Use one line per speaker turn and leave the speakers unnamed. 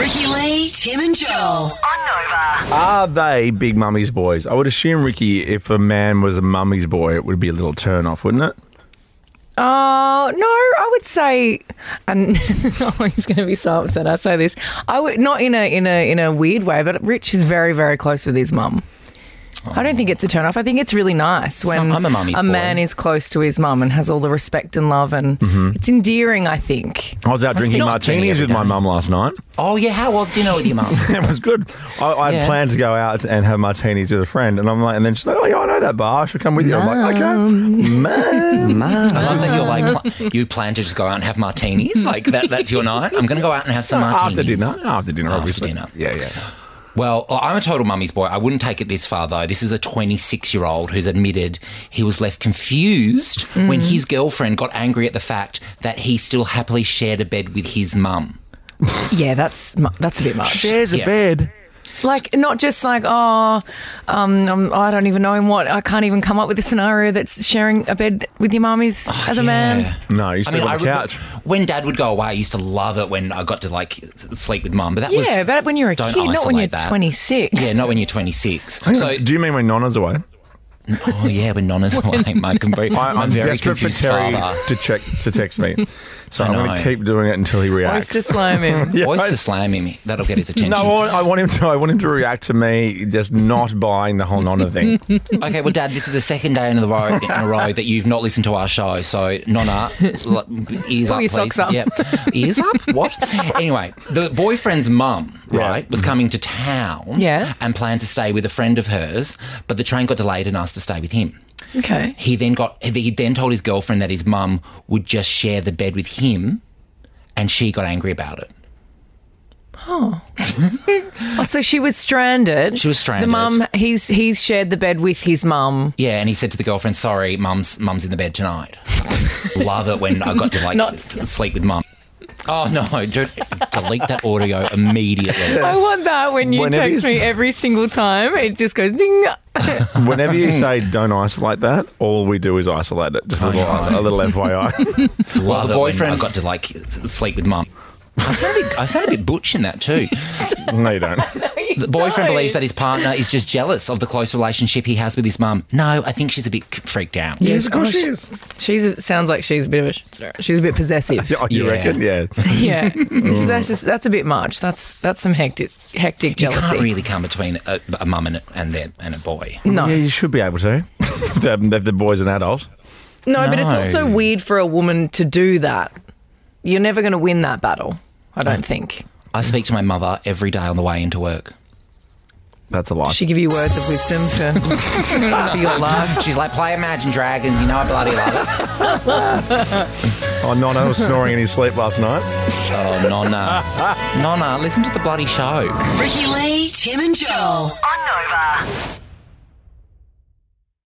Ricky, Tim, and Joel.
Are they big mummy's boys? I would assume, Ricky, if a man was a mummy's boy, it would be a little turn off, wouldn't it?
Oh no, I would say, and oh, he's going to be so upset. I say this. I would not in a in a in a weird way, but Rich is very very close with his mum. I don't think it's a turn off. I think it's really nice when
I'm a mummy's boy.
man is close to his mum and has all the respect and love, and
Mm-hmm.
it's endearing. I think.
I was out drinking
not Jenny
martinis
every
with my
day.
mum last night.
Oh yeah, how was dinner with your mum?
It was good. I, I
Yeah.
had planned to go out and have martinis with a friend, and I'm like, and then she's like, "Oh yeah, I know that bar. I should come with you." I'm like, "Okay, man."
I love that you're like pl- you plan to just go out and have martinis. Like that, that's your night. I'm going to go out and have some martinis
After dinner, after dinner,
After
obviously.
dinner.
Yeah, yeah.
Well, I'm a total mummy's boy. I wouldn't take it this far, though. This is a 26 year old who's admitted he was left confused
Mm.
when his girlfriend got angry at the fact that he still happily shared a bed with his mum.
Yeah, that's mu- that's a bit much.
Shares a
Yeah.
bed.
Like not just like oh, um, um, I don't even know in what I can't even come up with a scenario that's sharing a bed with your mummies as a
Oh, Yeah.
man.
No, you
I
sleep
mean, I
on the
remember
couch.
when dad would go away, I used to love it when I got to like s- sleep with mum. But that was
Yeah, but when you're a
don't
kid, not when
isolate
you're
that.
26.
Yeah, not when you're 26.
Hang
So
on, do you mean when Nonna's away?
Oh yeah, when Nonna's away, Mike can be.
I,
I'm,
I'm
very
desperate for
confused
Terry
father.
to check to text me, so I'm going
know.
to keep doing it until he reacts.
Oyster slime him.
Yeah,
Oyster
I-
slam him. That'll get his attention.
No, I want, I want him to. I want him to react to me just not buying the whole Nonna thing.
Okay, well, Dad, this is the second day in a row in a row that you've not listened to our show. So, Nonna, l- ears
Pull
up,
your
please.
socks up.
Yep, ears up. What? Anyway, the boyfriend's mum,
Yeah.
right, was coming to town.
Yeah.
and planned to stay with a friend of hers, but the train got delayed and asked to stay with him.
Okay.
He then got. He then told his girlfriend that his mum would just share the bed with him, and she got angry about it.
Oh, so she was stranded.
She was stranded.
The mum, he's he's shared the bed with his mum.
Yeah, and he said to the girlfriend, "Sorry, mum's mum's in the bed tonight." Love it when I got to like
Not-
s- sleep with mum. Oh no! Don't delete that audio immediately.
I want that when you
Whenever
text
you-
me every single time. It just goes ding.
Whenever you say don't isolate that, all we do is isolate it. Just a little, a little FYI.
Love
the
it when I
boyfriend-
got to like s- sleep with mum. I sound a bit, I sound a bit butch in that too.
no, you don't.
The boyfriend
Don't.
believes that his partner is just jealous of the close relationship he has with his mum. No, I think she's a bit c- freaked out.
Yes, of course she is.
She's a- sounds like she's a bit of a she's a bit possessive.
Oh, you
Yeah.
reckon? Yeah.
yeah. So that's just, that's a bit much. That's that's some hectic hectic
You can't
jealousy.
really come between a, a mum and a, and, their, and a boy.
no.
Yeah, you should be able to. if, the, if the boy's an adult.
no, but it's
No.
also weird for a woman to do that. You're never going to win that battle. I don't think.
I speak to my mother every day on the way into work.
That's a lie.
She give you words of wisdom for, for your life.
She's like, play Imagine Dragons, you know I bloody love it.
Oh, Nonna was snoring in his sleep last night.
Oh, Nonna. Nonna, listen to the bloody show.
Ricky Lee, Tim, and Joel.